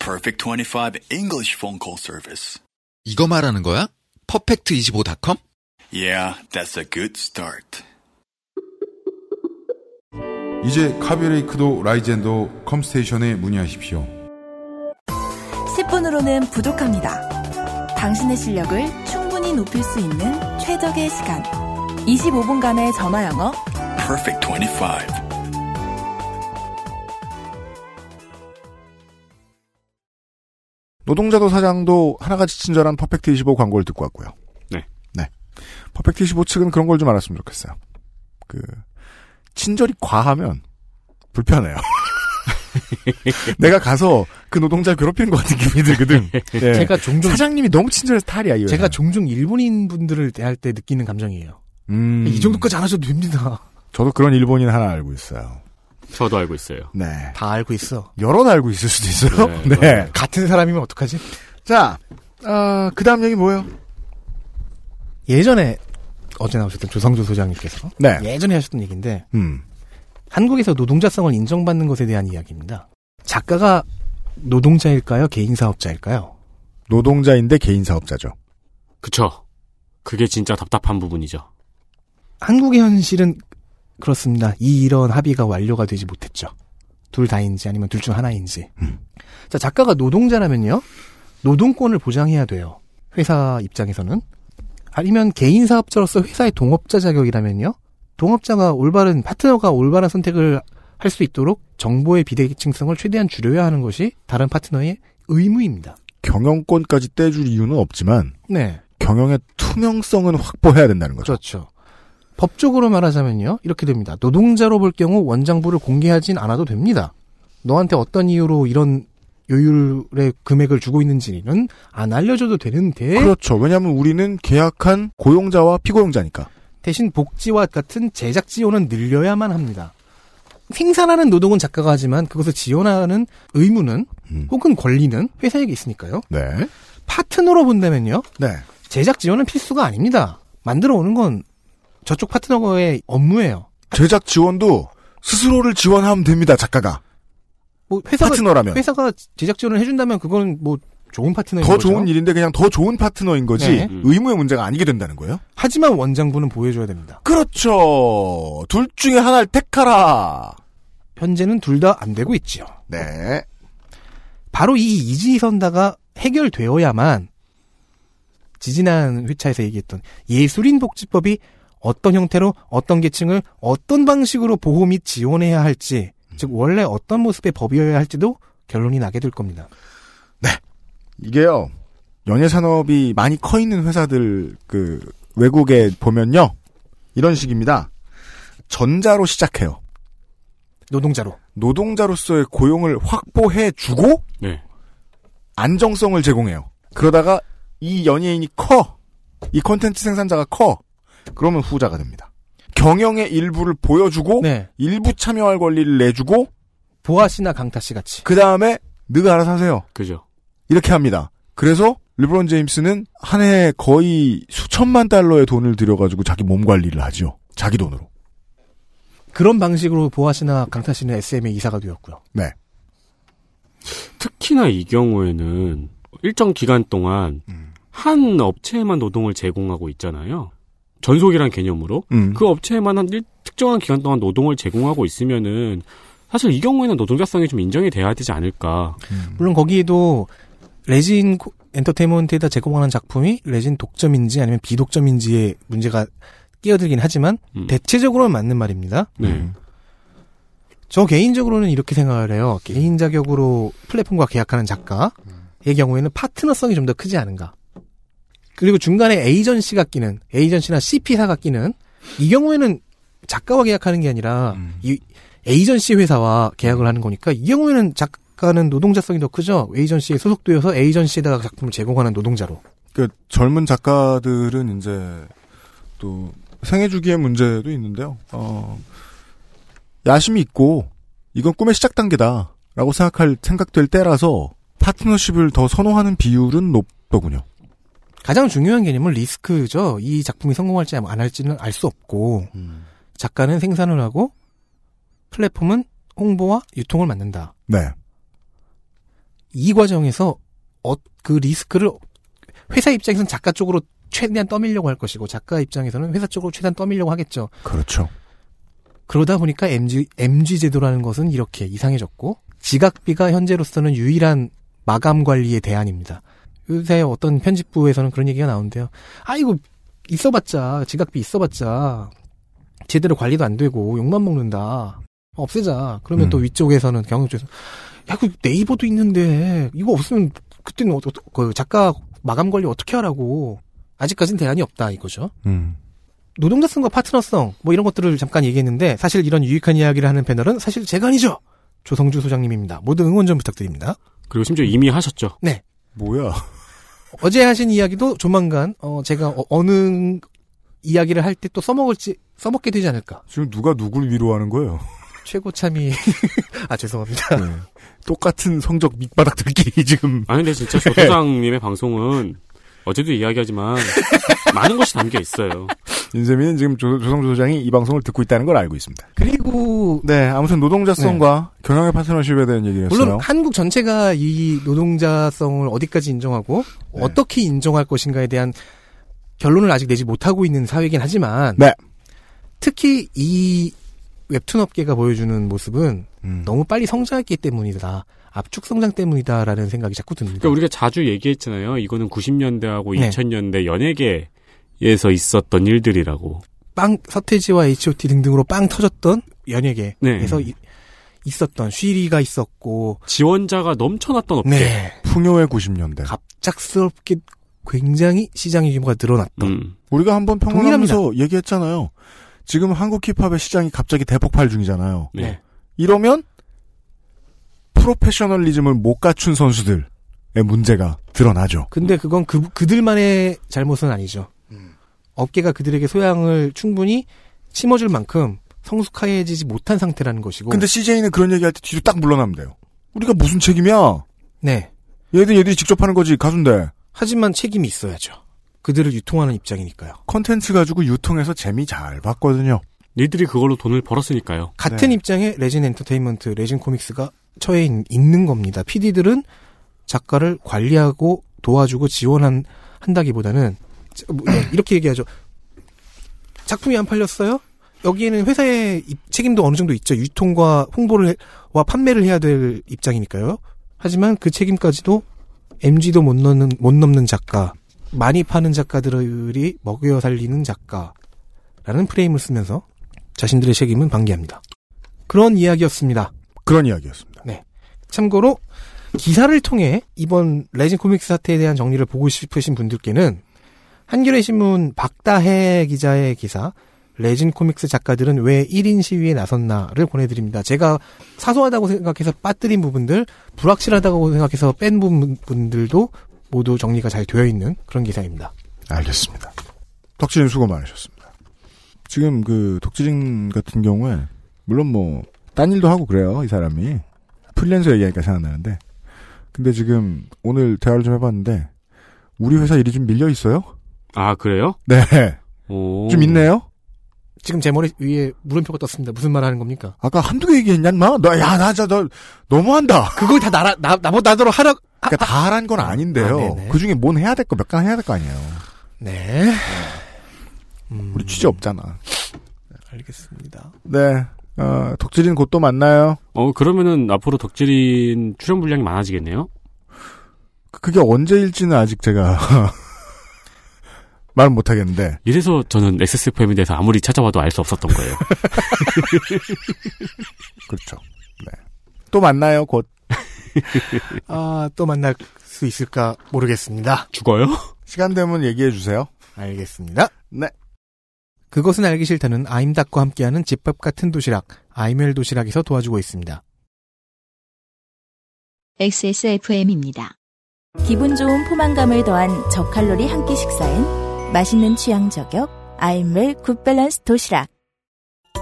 I: Perfect 25 English phone call service.
J: 이거 말하는 거야? 퍼펙트25.com?
I: Yeah, that's a good start.
K: 이제 카비레이크도 라이젠도 컴스테이션에 문의하십시오.
H: 10분으로는 부족합니다. 당신의 실력을 충분히 높일 수 있는 최적의 시간. 25분간의 전화 영어.
I: Perfect 25.
B: 노동자도 사장도 하나같이 친절한 퍼펙트 25 광고를 듣고 왔고요.
C: 네.
B: 네. 퍼펙트 25 측은 그런 걸 좀 알았으면 좋겠어요. 그 친절이 과하면 불편해요. 내가 가서 그 노동자 괴롭히는 것 같은 기분이 들거든. 예.
D: 제가 종종
B: 사장님이 너무 친절해서 탈이야 이
D: 제가
B: 회사는.
D: 종종 일본인 분들을 대할 때 느끼는 감정이에요.
B: 음,
D: 이 정도까지 안 하셔도 됩니다.
B: 저도 그런 일본인 하나 알고 있어요.
C: 저도 알고 있어요.
B: 네.
D: 다 알고 있어.
B: 여러 날 알고 있을 수도 있어요.
C: 네,
B: 네.
C: 맞아요.
D: 같은 사람이면 어떡하지?
B: 자, 아, 그 다음 얘기 뭐예요?
D: 예전에 어제 나오셨던 조성조 소장님께서
B: 네.
D: 예전에 하셨던 얘기인데
B: 음.
D: 한국에서 노동자성을 인정받는 것에 대한 이야기입니다. 작가가 노동자일까요? 개인 사업자일까요?
B: 노동자인데 개인 사업자죠.
C: 그쵸. 그게 진짜 답답한 부분이죠.
D: 한국의 현실은 그렇습니다. 이 이런 합의가 완료가 되지 못했죠. 둘 다인지 아니면 둘 중 하나인지. 자, 작가가 노동자라면요. 노동권을 보장해야 돼요. 회사 입장에서는. 아니면 개인 사업자로서 회사의 동업자 자격이라면요. 동업자가 올바른 파트너가 올바른 선택을 할 수 있도록 정보의 비대칭성을 최대한 줄여야 하는 것이 다른 파트너의 의무입니다.
B: 경영권까지 떼줄 이유는 없지만
D: 네.
B: 경영의 투명성은 확보해야 된다는 거죠.
D: 그렇죠. 법적으로 말하자면요. 이렇게 됩니다. 노동자로 볼 경우 원장부를 공개하진 않아도 됩니다. 너한테 어떤 이유로 이런 요율의 금액을 주고 있는지는 안 알려줘도 되는데
B: 그렇죠. 왜냐하면 우리는 계약한 고용자와 피고용자니까.
D: 대신 복지와 같은 제작 지원은 늘려야만 합니다. 생산하는 노동은 작가가 하지만 그것을 지원하는 의무는
B: 음.
D: 혹은 권리는 회사에게 있으니까요.
B: 네.
D: 파트너로 본다면요.
B: 네.
D: 제작 지원은 필수가 아닙니다. 만들어 오는 건 저쪽 파트너의 업무예요.
B: 제작 지원도 스스로를 지원하면 됩니다. 작가가
D: 뭐 회사가
B: 파트너라면
D: 회사가 제작 지원을 해준다면 그건 뭐 좋은 파트너인
B: 더
D: 거죠.
B: 좋은 일인데 그냥 더 좋은 파트너인 거지
D: 네.
C: 음.
B: 의무의 문제가 아니게 된다는 거예요.
D: 하지만 원장부는 보여줘야 됩니다.
B: 그렇죠. 둘 중에 하나를 택하라.
D: 현재는 둘 다 안 되고 있지요.
B: 네.
D: 바로 이 이지선다가 해결되어야만 지지난 회차에서 얘기했던 예술인 복지법이 어떤 형태로 어떤 계층을 어떤 방식으로 보호 및 지원해야 할지 즉 원래 어떤 모습의 법이어야 할지도 결론이 나게 될 겁니다.
B: 이게요. 연예 산업이 많이 커 있는 회사들 그 외국에 보면요. 이런 식입니다. 전자로 시작해요.
D: 노동자로
B: 어? 노동자로서의 고용을 확보해 주고
C: 네.
B: 안정성을 제공해요. 그러다가 이 연예인이 커. 이 콘텐츠 생산자가 커. 그러면 후자가 됩니다. 경영의 일부를 보여주고
D: 네
B: 일부 참여할 권리를 내주고
D: 보아 씨나 강타 씨 같이
B: 그 다음에 너가 알아서 하세요.
C: 그죠.
B: 이렇게 합니다. 그래서 르브론 제임스는 한 해에 거의 수천만 달러의 돈을 들여가지고 자기 몸 관리를 하죠. 자기 돈으로.
D: 그런 방식으로 보아 씨나 강타 씨는 SM의 이사가 되었고요.
B: 네.
C: 특히나 이 경우에는 일정 기간 동안 한 업체에만 노동을 제공하고 있잖아요. 전속이란 개념으로
B: 음.
C: 그 업체에만 한 일- 특정한 기간 동안 노동을 제공하고 있으면은 사실 이 경우에는 노동자성이 좀 인정이 돼야 되지 않을까.
D: 물론 거기에도 레진 코- 엔터테인먼트에다 제공하는 작품이 레진 독점인지 아니면 비독점인지의 문제가 끼어들긴 하지만
C: 음.
D: 대체적으로는 맞는 말입니다.
C: 네.
B: 음.
D: 저 개인적으로는 이렇게 생각을 해요. 개인 자격으로 플랫폼과 계약하는 작가의 경우에는 파트너성이 좀 더 크지 않은가. 그리고 중간에 에이전시가 끼는 에이전시나 CP사가 끼는 이 경우에는 작가와 계약하는 게 아니라 이 에이전시 회사와 계약을 하는 거니까 이 경우에는 작가는 노동자성이 더 크죠. 에이전시에 소속되어서 에이전시에다가 작품을 제공하는 노동자로.
B: 그 젊은 작가들은 이제 또 생애 주기의 문제도 있는데요. 어, 야심이 있고 이건 꿈의 시작 단계다라고 생각할 생각될 때라서 파트너십을 더 선호하는 비율은 높더군요.
D: 가장 중요한 개념은 리스크죠. 이 작품이 성공할지 안 할지는 알 수 없고 작가는 생산을 하고 플랫폼은 홍보와 유통을 만든다.
B: 네.
D: 이 과정에서 어- 그 리스크를 회사 입장에서는 작가 쪽으로 최대한 떠밀려고 할 것이고 작가 입장에서는 회사 쪽으로 최대한 떠밀려고 하겠죠.
B: 그렇죠.
D: 그러다 보니까 MG, MG 제도라는 것은 이렇게 이상해졌고 지각비가 현재로서는 유일한 마감 관리의 대안입니다. 요새 어떤 편집부에서는 그런 얘기가 나오는데요. 아 이거 있어봤자 지각비 있어봤자 제대로 관리도 안 되고 욕만 먹는다. 없애자. 그러면
B: 음.
D: 또 위쪽에서는 경영 쪽에서 야그 네이버도 있는데 이거 없으면 그때는 어, 어, 그 작가 마감 관리 어떻게 하라고 아직까지는 대안이 없다 이거죠.
B: 음.
D: 노동자성과 파트너성 뭐 이런 것들을 잠깐 얘기했는데 사실 이런 유익한 이야기를 하는 패널은 사실 제가 아니죠. 조성주 소장님입니다. 모두 응원 좀 부탁드립니다.
C: 그리고 심지어 이미 하셨죠.
D: 네.
B: 뭐야?
D: 어제 하신 이야기도 조만간 어, 제가 어, 느 이야기를 할 때 또 써먹을지 써먹게 되지 않을까.
B: 지금 누가 누굴 위로하는 거예요?
D: 최고 참이 아 죄송합니다.
B: 똑같은 성적 밑바닥 들기 지금.
C: 아니 근데 진짜 조 소장님의 방송은 어제도 이야기하지만 많은 것이 담겨 있어요.
B: 윤세민은 지금 조, 조성주 소장이 이 방송을 듣고 있다는 걸 알고 있습니다.
D: 그리고
B: 네, 아무튼 노동자성과 경영의 파트너십에 대한 얘기를 했어요.
D: 물론 한국 전체가 이 노동자성을 어디까지 인정하고
B: 네.
D: 어떻게 인정할 것인가에 대한 결론을 아직 내지 못하고 있는 사회이긴 하지만
B: 네.
D: 특히 이 웹툰 업계가 보여주는 모습은
B: 음.
D: 너무 빨리 성장했기 때문이다. 압축 성장 때문이다라는 생각이 자꾸 듭니다.
C: 그러니까 우리가 자주 얘기했잖아요. 이거는 90년대하고
D: 네.
C: 2000년대 연예계에서 있었던 일들이라고.
D: 빵 서태지와 H.O.T 등등으로 빵 터졌던 연예계에서
C: 네.
D: 이- 있었던 쉬리가 있었고
C: 지원자가 넘쳐났던 업계.
D: 네.
B: 풍요의 90년대.
D: 갑작스럽게 굉장히 시장의 규모가 늘어났던
C: 음.
B: 우리가 한번 평론하면서 얘기했잖아요. 지금 한국 힙합의 시장이 갑자기 대폭발 중이잖아요.
C: 네.
B: 이러면 프로페셔널리즘을 못 갖춘 선수들의 문제가 드러나죠.
D: 근데 그건 그, 그들만의 잘못은 아니죠.
B: 음.
D: 업계가 그들에게 소양을 충분히 심어줄 만큼 성숙해지지 못한 상태라는 것이고.
B: 근데 CJ는 그런 얘기할 때 뒤로 딱 물러나면 돼요. 우리가 무슨 책임이야?
D: 네.
B: 얘들 얘들이 직접 하는 거지 가수인데.
D: 하지만 책임이 있어야죠. 그들을 유통하는 입장이니까요.
B: 컨텐츠 가지고 유통해서 재미 잘 봤거든요.
C: 니들이 그걸로 돈을 벌었으니까요.
D: 같은 입장에 레진 엔터테인먼트, 레진 코믹스가 처해 있- 있는 겁니다. PD들은 작가를 관리하고 도와주고 지원한 한다기보다는 자- 뭐, 이렇게 얘기하죠. 작품이 안 팔렸어요? 여기에는 회사의 입- 책임도 어느 정도 있죠. 유통과 홍보를 해- 와 판매를 해야 될 입장이니까요. 하지만 그 책임까지도 MG도 못 넘는 못 넘는 작가, 많이 파는 작가들이 먹여 살리는 작가라는 프레임을 쓰면서 자신들의 책임은 방기합니다. 그런 이야기였습니다.
B: 그런 이야기였습니다.
D: 네. 참고로 기사를 통해 이번 레진 코믹스 사태에 대한 정리를 보고 싶으신 분들께는 한겨레 신문 박다혜 기자의 기사 레진 코믹스 작가들은 왜 1인 시위에 나섰나를 보내드립니다. 제가 사소하다고 생각해서 빠뜨린 부분들, 불확실하다고 생각해서 뺀 부분들도 모두 정리가 잘 되어 있는 그런 기사입니다.
B: 알겠습니다. 덕질인 수고 많으셨습니다. 지금 그 덕질인 같은 경우에 물론 뭐 딴 일도 하고 그래요 이 사람이 프리랜서 얘기하니까 생각나는데 근데 지금 오늘 대화를 좀 해봤는데 우리 회사 일이 좀 밀려 있어요?
C: 아 그래요?
B: 네,
C: 오.
B: 좀 있네요.
D: 지금 제 머리 위에 물음표가 떴습니다. 무슨 말 하는 겁니까?
B: 아까 한두 개 얘기했냐 인마? 나야나저너 너무한다.
D: 그걸 다 나라, 나, 나보, 나더러 하라,
B: 그러니까 다 하란 건 아닌데요.
D: 네네.
B: 그 중에 뭔 해야 될 거 몇 가지 해야 될 거 아니에요.
D: 네.
B: 우리 취재 없잖아.
D: 알겠습니다.
B: 네, 어, 덕질인 곧 또 만나요.
C: 어 그러면은 앞으로 덕질인 출연 분량이 많아지겠네요.
B: 그게 언제일지는 아직 제가 말은 못하겠는데
C: 이래서 저는 XSFM에 대해서 아무리 찾아봐도 알 수 없었던 거예요.
B: 그렇죠. 네. 또 만나요 곧
D: 아, 또 만날 수 있을까 모르겠습니다.
C: 죽어요?
B: 시간 되면 얘기해 주세요.
D: 알겠습니다.
B: 네.
D: 그것은 알기 싫다는 아임닭과 함께하는 집밥 같은 도시락, 아이멜 도시락에서 도와주고 있습니다.
A: XSFM입니다.
H: 기분 좋은 포만감을 더한 저칼로리 한 끼 식사엔 맛있는 취향 저격 아임웰 굿밸런스 도시락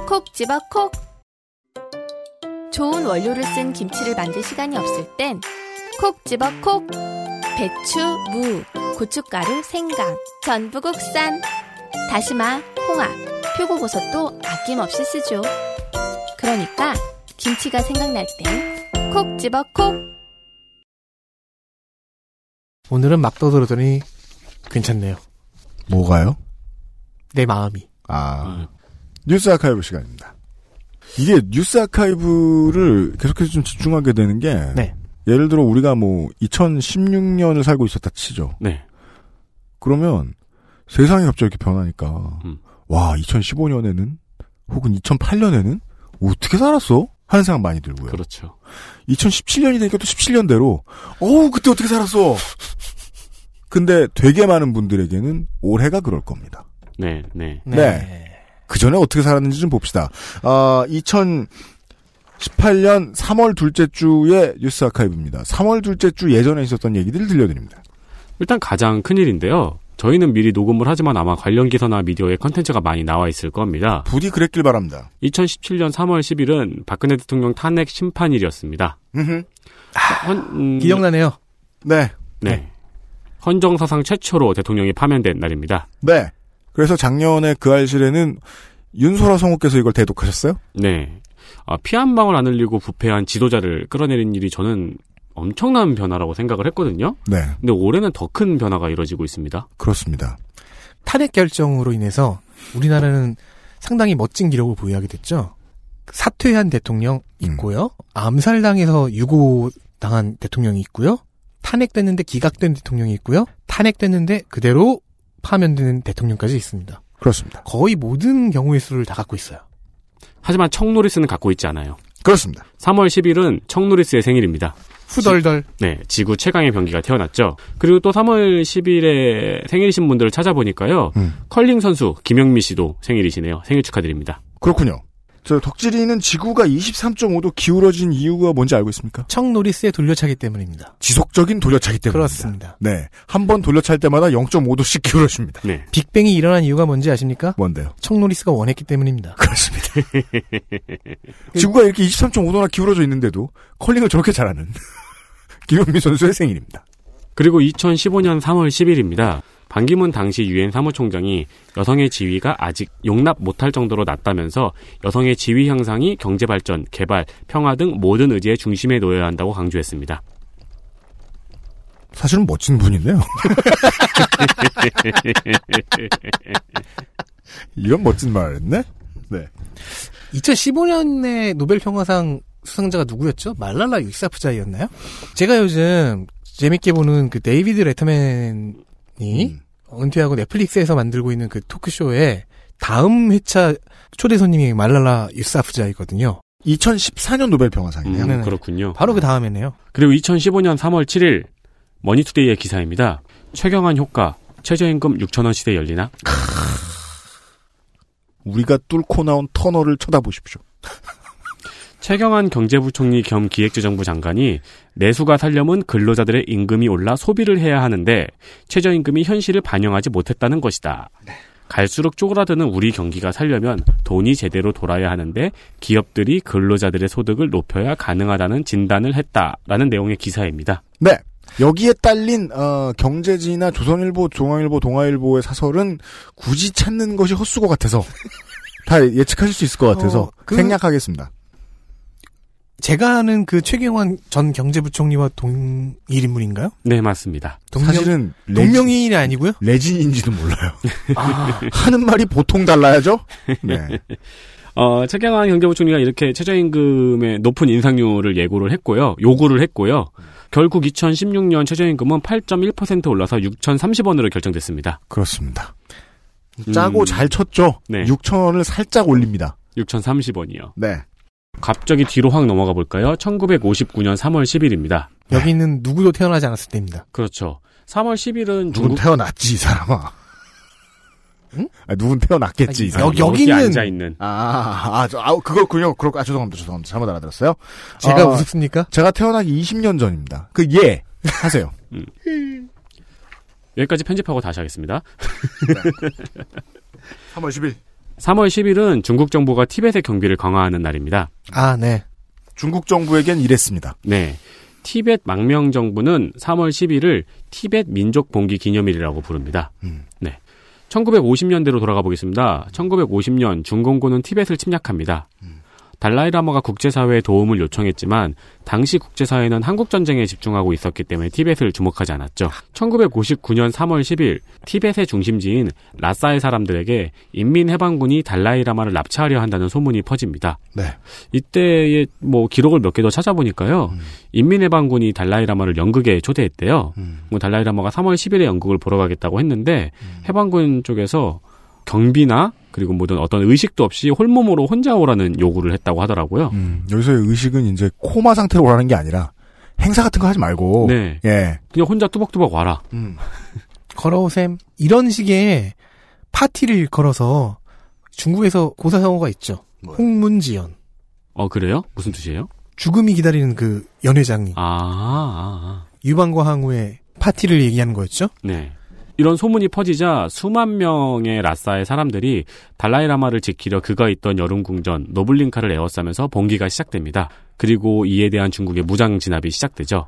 E: 콕 집어 콕. 좋은 원료를 쓴 김치를 만들 시간이 없을 땐 콕 집어 콕. 배추, 무, 고춧가루, 생강, 전부 국산, 다시마, 홍합, 표고버섯도 아낌없이 쓰죠. 그러니까 김치가 생각날 땐 콕 집어 콕.
D: 오늘은 막 떠들었더니 괜찮네요.
B: 뭐가요?
D: 내 마음이.
B: 아 뉴스 아카이브 시간입니다. 이게 뉴스 아카이브를 계속해서 좀 집중하게 되는 게
D: 네.
B: 예를 들어 우리가 뭐 2016년을 살고 있었다 치죠.
C: 네.
B: 그러면 세상이 갑자기 이렇게 변하니까
C: 음.
B: 와 2015년에는 혹은 2008년에는 어떻게 살았어? 하는 생각 많이 들고요.
C: 그렇죠.
B: 2017년이 되니까 또 17년대로 어우 그때 어떻게 살았어? 근데 되게 많은 분들에게는 올해가 그럴 겁니다.
C: 네, 네.
B: 네. 그 전에 어떻게 살았는지 좀 봅시다. 아, 2018년 3월 둘째 주의 뉴스 아카이브입니다. 3월 둘째 주 예전에 있었던 얘기들을 들려드립니다.
C: 일단 가장 큰일인데요. 저희는 미리 녹음을 하지만 아마 관련 기사나 미디어에 컨텐츠가 많이 나와 있을 겁니다.
B: 부디 그랬길 바랍니다.
C: 2017년 3월 10일은 박근혜 대통령 탄핵 심판일이었습니다. 헌, 음,
D: 기억나네요.
B: 네.
C: 네. 헌정 사상 최초로 대통령이 파면된 날입니다.
B: 네. 그래서 작년에 그 알실에는 윤소라 성우께서 이걸 대독하셨어요?
C: 네. 아, 피 한 방울 안 흘리고 부패한 지도자를 끌어내린 일이 저는 엄청난 변화라고 생각을 했거든요.
B: 네.
C: 근데 올해는 더 큰 변화가 이뤄지고 있습니다.
B: 그렇습니다.
D: 탄핵 결정으로 인해서 우리나라는 상당히 멋진 기록을 보유하게 됐죠. 사퇴한 대통령 있고요.
B: 음.
D: 암살당해서 유고당한 대통령이 있고요. 탄핵됐는데 기각된 대통령이 있고요. 탄핵됐는데 그대로 파면되는 대통령까지 있습니다.
B: 그렇습니다.
D: 거의 모든 경우의 수를 다 갖고 있어요.
C: 하지만 청노리스는 갖고 있지 않아요.
B: 그렇습니다.
C: 3월 10일은 청노리스의 생일입니다.
D: 후덜덜.
C: 네, 지구 최강의 병기가 태어났죠. 그리고 또 3월 10일에 생일이신 분들을 찾아보니까요. 컬링 선수 김영미 씨도 생일이시네요. 생일 축하드립니다.
B: 그렇군요. 저 덕질이는 지구가 23.5도 기울어진 이유가 뭔지 알고 있습니까?
D: 청노리스의 돌려차기 때문입니다.
B: 지속적인 돌려차기 때문입니다.
D: 그렇습니다.
B: 네. 한 번 돌려찰 때마다 0.5도씩 기울어집니다.
C: 네.
D: 빅뱅이 일어난 이유가 뭔지 아십니까?
B: 뭔데요?
D: 청노리스가 원했기 때문입니다.
B: 그렇습니다. 지구가 이렇게 23.5도나 기울어져 있는데도 컬링을 저렇게 잘하는 김용민 선수의 생일입니다.
C: 그리고 2015년 3월 10일입니다. 반기문 당시 유엔 사무총장이 여성의 지위가 아직 용납 못할 정도로 낮다면서 여성의 지위 향상이 경제 발전, 개발, 평화 등 모든 의지의 중심에 놓여야 한다고 강조했습니다.
B: 사실은 멋진 분인데요. 이런 멋진 말을 했네? 네.
D: 2015년에 노벨 평화상 수상자가 누구였죠? 말랄라 유사프자이였나요? 제가 요즘 재밌게 보는 그 데이비드 레터맨이
B: 음.
D: 은퇴하고 넷플릭스에서 만들고 있는 그 토크쇼에 다음 회차 초대 손님이 말랄라 유사프자이거든요.
B: 2014년 노벨 음, 평화상이네요.
D: 네네.
C: 음, 그렇군요.
D: 바로 그 다음에네요.
C: 그리고 2015년 3월 7일 머니투데이의 기사입니다. 최경환 효과 최저임금 6천원 시대 열리나?
B: 우리가 뚫고 나온 터널을 쳐다보십시오.
C: 최경환 경제부총리 겸 기획재정부 장관이 내수가 살려면 근로자들의 임금이 올라 소비를 해야 하는데 최저임금이 현실을 반영하지 못했다는 것이다. 갈수록 쪼그라드는 우리 경기가 살려면 돈이 제대로 돌아야 하는데 기업들이 근로자들의 소득을 높여야 가능하다는 진단을 했다라는 내용의 기사입니다.
B: 네. 여기에 딸린 어, 경제지나 조선일보, 중앙일보, 동아일보의 사설은 굳이 찾는 것이 헛수고 같아서 다 예측하실 수 있을 것 같아서
D: 어, 그-
B: 생략하겠습니다.
D: 제가 아는 그 최경환 전 경제부총리와 동일 인물인가요?
C: 네, 맞습니다.
D: 동명-
B: 사실은 레지-
D: 동명이인이 아. 아니고요.
B: 레진인지도 몰라요. 하는 말이 보통 달라야죠. 네.
C: 어, 최경환 경제부총리가 이렇게 최저임금의 높은 인상률을 예고를 했고요. 요구를 했고요. 결국 2016년 최저임금은 8.1% 올라서 6,030원으로 결정됐습니다.
B: 그렇습니다.
D: 음.
B: 음. 짜고 잘 쳤죠.
C: 네.
B: 6천 원을 살짝 올립니다.
C: 6,030원이요.
B: 네.
C: 갑자기 뒤로 확 넘어가 볼까요? 1959년 3월 10일입니다.
B: 네.
D: 여기는 누구도 태어나지 않았을 때입니다.
C: 그렇죠. 3월
B: 누군
C: 10일은 중국
B: 태어났지 이 사람아. 아, 누군 태어났겠지 이
D: 아니,
B: 사람.
D: 여- 여기 있는-
C: 앉아 있는
B: 아, 아, 저, 아, 그거군요. 그렇, 아, 죄송합니다. 죄송합니다. 잘못 알아들었어요.
D: 제가
B: 아,
D: 우습습니까?
B: 제가 태어나기 20년 전입니다. 그, 예. 하세요.
C: 여기까지 편집하고 다시 하겠습니다.
B: 3월 10일.
C: 3월 10일은 중국 정부가 티벳의 경비를 강화하는 날입니다.
D: 아, 네.
B: 중국 정부에겐 이랬습니다.
C: 네. 티벳 망명 정부는 3월 10일을 티벳 민족 봉기 기념일이라고 부릅니다.
B: 음.
C: 네. 1950년대로 돌아가 보겠습니다. 1950년 중공군은 티벳을 침략합니다. 달라이라마가 국제사회에 도움을 요청했지만 당시 국제사회는 한국 전쟁에 집중하고 있었기 때문에 티벳을 주목하지 않았죠. 1959년 3월 10일 티벳의 중심지인 라싸의 사람들에게 인민해방군이 달라이라마를 납치하려 한다는 소문이 퍼집니다.
B: 네.
C: 이때의 뭐 기록을 몇 개 더 찾아보니까요. 인민해방군이 달라이라마를 연극에 초대했대요. 뭐 달라이라마가 3월 10일에 연극을 보러 가겠다고 했는데 해방군 쪽에서 경비나 그리고 모든 어떤 의식도 없이 홀몸으로
B: 음,
C: 혼자 오라는 요구를 했다고 하더라고요.
B: 여기서의 의식은 이제 코마 상태로 오라는 게 아니라 행사 같은 거 하지 말고.
C: 네.
B: 예.
C: 그냥 혼자 뚜벅뚜벅 와라.
B: 음.
D: 걸어오셈. 이런 식의 파티를 걸어서 중국에서 고사성어가 있죠. 홍문지연.
C: 어 그래요? 무슨 뜻이에요?
D: 죽음이 기다리는 그 연회장이
C: 아, 아, 아.
D: 유방과 항우의 파티를 얘기하는 거였죠.
C: 네. 이런 소문이 퍼지자 수만 명의 라싸의 사람들이 달라이라마를 지키려 그가 있던 여름 궁전 노블링카를 에워싸면서 봉기가 시작됩니다. 그리고 이에 대한 중국의 무장 진압이 시작되죠.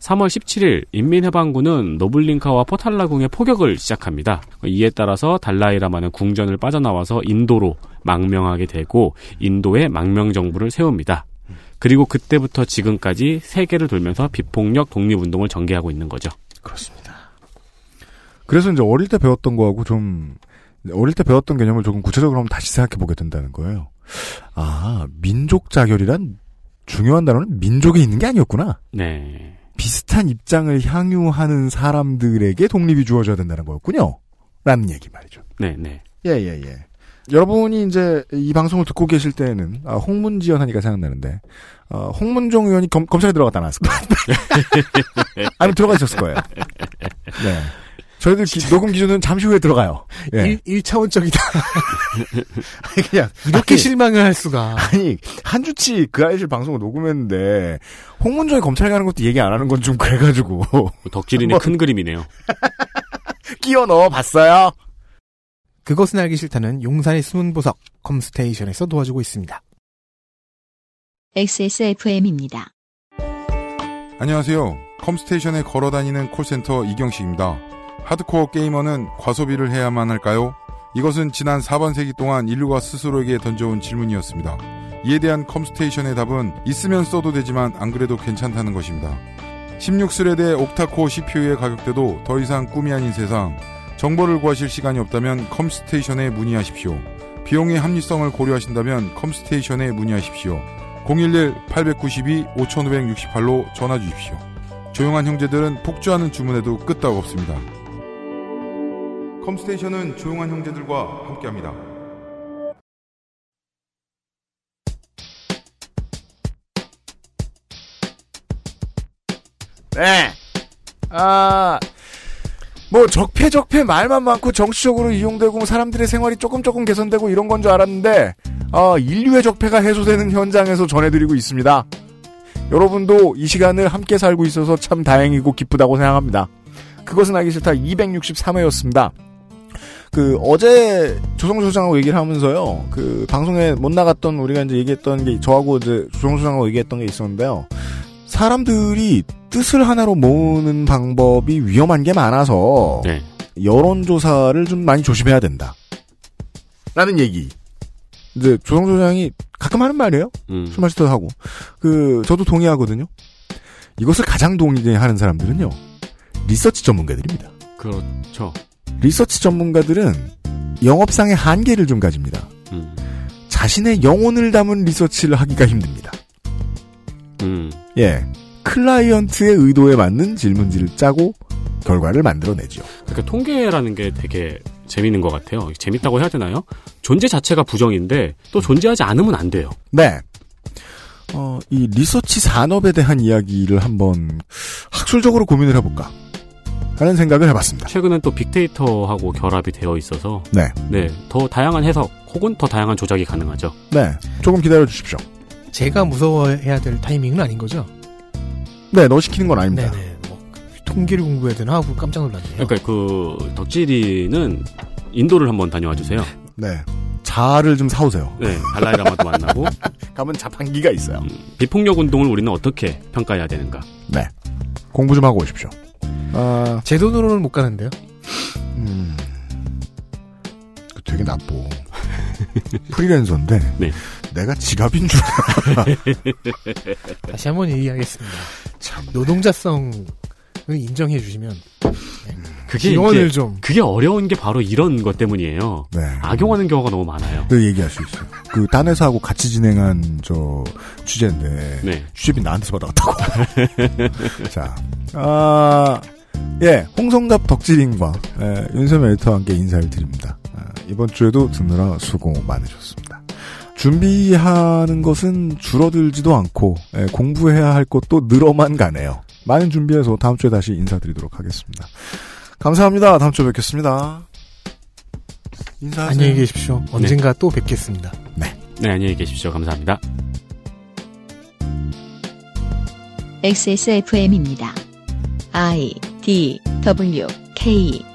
C: 3월 17일 인민해방군은 노블링카와 포탈라궁의 포격을 시작합니다. 이에 따라서 달라이라마는 궁전을 빠져나와서 인도로 망명하게 되고 인도에 망명 정부를 세웁니다. 그리고 그때부터 지금까지 세계를 돌면서 비폭력 독립운동을 전개하고 있는 거죠.
B: 그래서 이제 어릴 때 배웠던 거하고 좀 어릴 때 배웠던 개념을 조금 구체적으로 한번 다시 생각해 보게 된다는 거예요. 아 민족 자결이란 중요한 단어는 민족에 있는 게 아니었구나.
C: 네.
B: 비슷한 입장을 향유하는 사람들에게 독립이 주어져야 된다는 거였군요. 라는 얘기 말이죠.
C: 네, 네.
B: 예예예. 여러분이 이제 이 방송을 듣고 계실 때에는 아, 홍문지연 하니까 생각나는데 어, 홍문종 의원이 검, 검찰에 들어갔다 나왔을 거예요. 아니 들어가셨을 거예요. 네. 저희들 기- 녹음 기준은 잠시 후에 들어가요. 예.
D: 일, 차원적이다
B: 아니, 그냥
D: 네. 이렇게
B: 아니,
D: 실망을 할 수가.
B: 아니 한 주치 그 아이실 방송을 녹음했는데 홍문종이 검찰 가는 것도 얘기 안 하는 건 좀 그래가지고
C: 뭐 덕질인의 큰 그림이네요.
B: 끼워 넣어 봤어요.
D: 그것은 알기 싫다는 용산의 숨은 보석 컴스테이션에서 도와주고 있습니다.
A: XSFM입니다.
K: 안녕하세요. 컴스테이션에 걸어 다니는 콜센터 이경식입니다. 하드코어 게이머는 과소비를 해야만 할까요? 이것은 지난 4번 세기 동안 인류가 스스로에게 던져온 질문이었습니다. 이에 대한 컴스테이션의 답은 있으면 써도 되지만 안 그래도 괜찮다는 것입니다. 16스레드의 옥타코어 CPU의 가격대도 더 이상 꿈이 아닌 세상 정보를 구하실 시간이 없다면 컴스테이션에 문의하십시오. 비용의 합리성을 고려하신다면 컴스테이션에 문의하십시오. 011-892-5568로 전화 주십시오. 조용한 형제들은 폭주하는 주문에도 끄떡 없습니다. 컴스테이션은 조용한 형제들과 함께합니다.
B: 네. 아, 뭐 적폐 적폐 말만 많고 정치적으로 이용되고 사람들의 생활이 조금 조금 개선되고 이런 건 줄 알았는데 아, 인류의 적폐가 해소되는 현장에서 전해드리고 있습니다. 여러분도 이 시간을 함께 살고 있어서 참 다행이고 기쁘다고 생각합니다. 그것은 알기 싫다 263회였습니다. 그 어제 조성주 소장하고 얘기를 하면서요. 그 방송에 못 나갔던 우리가 이제 얘기했던 게 저하고 이제 조성주 소장하고 얘기했던 게 있었는데요. 사람들이 뜻을 하나로 모으는 방법이 위험한 게 많아서
C: 네.
B: 여론조사를 좀 많이 조심해야 된다. 라는 얘기. 이제 조성조 장이 가끔 하는 말이에요.
C: 음.
B: 술 마실 때도 하고. 그 저도 동의하거든요. 이것을 가장 동의하는 사람들은요. 리서치 전문가들입니다.
C: 그렇죠.
B: 리서치 전문가들은 영업상의 한계를 좀 가집니다.
C: 음.
B: 자신의 영혼을 담은 리서치를 하기가 힘듭니다.
C: 음.
B: 예. 클라이언트의 의도에 맞는 질문지를 짜고 결과를 만들어내죠.
C: 그러니까 통계라는 게 되게 재밌는 것 같아요. 재밌다고 해야 되나요? 존재 자체가 부정인데
D: 음.
C: 또 존재하지 않으면 안 돼요.
B: 네. 어, 이 리서치 산업에 대한 이야기를 한번 학술적으로 고민을 해볼까 하는 생각을 해봤습니다.
C: 최근엔 또 빅데이터하고 결합이 되어 있어서
B: 네.
C: 네, 더 다양한 해석 혹은 더 다양한 조작이 가능하죠.
B: 네. 조금 기다려 주십시오.
D: 제가 무서워해야 될 타이밍은 아닌 거죠.
B: 네, 너 시키는 건 아닙니다.
D: 네네. 뭐, 통계를 공부해야 되나 하고 깜짝 놀랐네요.
C: 그러니까 그 덕질이는 인도를 한번 다녀와 주세요.
B: 네. 자아를 좀 사오세요.
C: 네, 달라이라마도 만나고
B: 가면 자판기가 있어요.
C: 비폭력 운동을 우리는 어떻게 평가해야 되는가?
B: 네. 공부 좀 하고 오십시오. 아,
D: 제 돈으로는 못 가는데요.
B: 음. 그 되게 나빠. 프리랜서인데.
C: 네.
B: 내가 지갑인 줄 알아.
D: 다시 한번 얘기하겠습니다. 노동자성을 인정해 주시면
C: 그게
D: 지원을
C: 이제
D: 좀.
C: 그게 어려운 게 바로 이런 것 때문이에요.
B: 네.
C: 악용하는 경우가 너무 많아요.
B: 늘 얘기할 수 있어요. 그, 딴 회사하고 같이 진행한, 저, 취재인데.
C: 네.
B: 취재비 나한테서 받아왔다고. 자, 아, 예, 홍성갑 덕질인과 예, 윤세미 에디터와 함께 인사를 드립니다. 아, 이번 주에도 듣느라 수고 많으셨습니다. 준비하는 것은 줄어들지도 않고 예, 공부해야 할 것도 늘어만 가네요. 많은 준비해서 다음 주에 다시 인사드리도록 하겠습니다. 감사합니다. 다음 주에 뵙겠습니다. 인사하세요.
D: 안녕히 계십시오. 언젠가 또 뵙겠습니다.
C: 네, 안녕히 계십시오. 감사합니다.
A: XSFM입니다. I D W K